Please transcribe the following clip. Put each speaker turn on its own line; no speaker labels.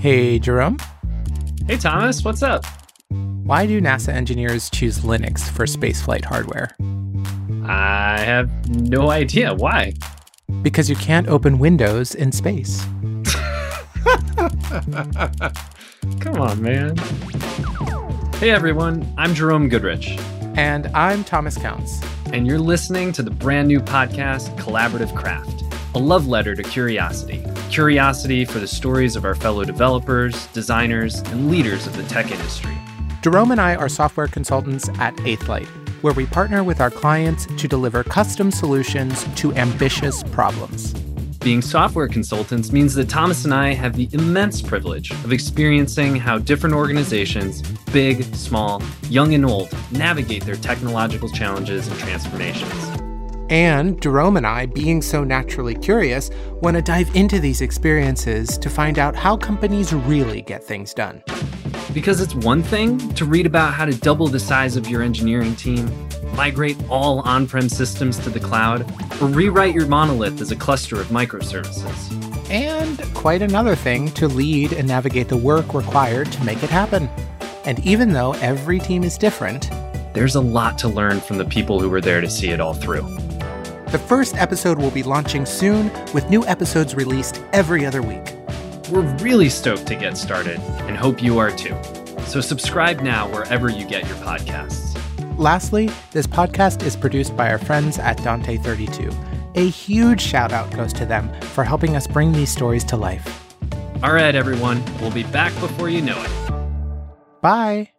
Hey, Jerome.
Hey, Thomas, what's up?
Why do NASA engineers choose Linux for spaceflight hardware?
I have no idea why.
Because you can't open windows in space.
Come on, man. Hey, everyone, I'm Jerome Goodrich,
And I'm Thomas Counts.
and you're listening to the brand new podcast, Collaborative Craft, a love letter to curiosity. Curiosity for the stories of our fellow developers, designers, and leaders of the tech industry.
Jerome and I are software consultants at Eighthlight, where we partner with our clients to deliver custom solutions to ambitious problems.
Being software consultants means that Thomas and I have the immense privilege of experiencing how different organizations, big, small, young, and old, navigate their technological challenges and transformations.
And Jerome and I, being so naturally curious, want to dive into these experiences to find out how companies really get things done.
Because it's one thing to read about how to double the size of your engineering team, migrate all on prem systems to the cloud, or rewrite your monolith as a cluster of microservices.
And quite another thing to lead and navigate the work required to make it happen. And even though every team is different,
There's a lot to learn from the people who were there to see it all through.
the first episode will be launching soon with new episodes released every other week.
We're really stoked to get started and hope you are too. So, subscribe now wherever you get your podcasts.
Lastly, this podcast is produced by our friends at Dante32. A huge shout out goes to them for helping us bring these stories to life.
All right, everyone, we'll be back before you know it.
Bye!